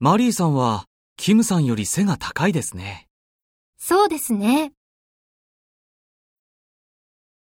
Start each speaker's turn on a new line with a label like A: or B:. A: マリーさんは、キムさんより背が高いですね。
B: そうですね。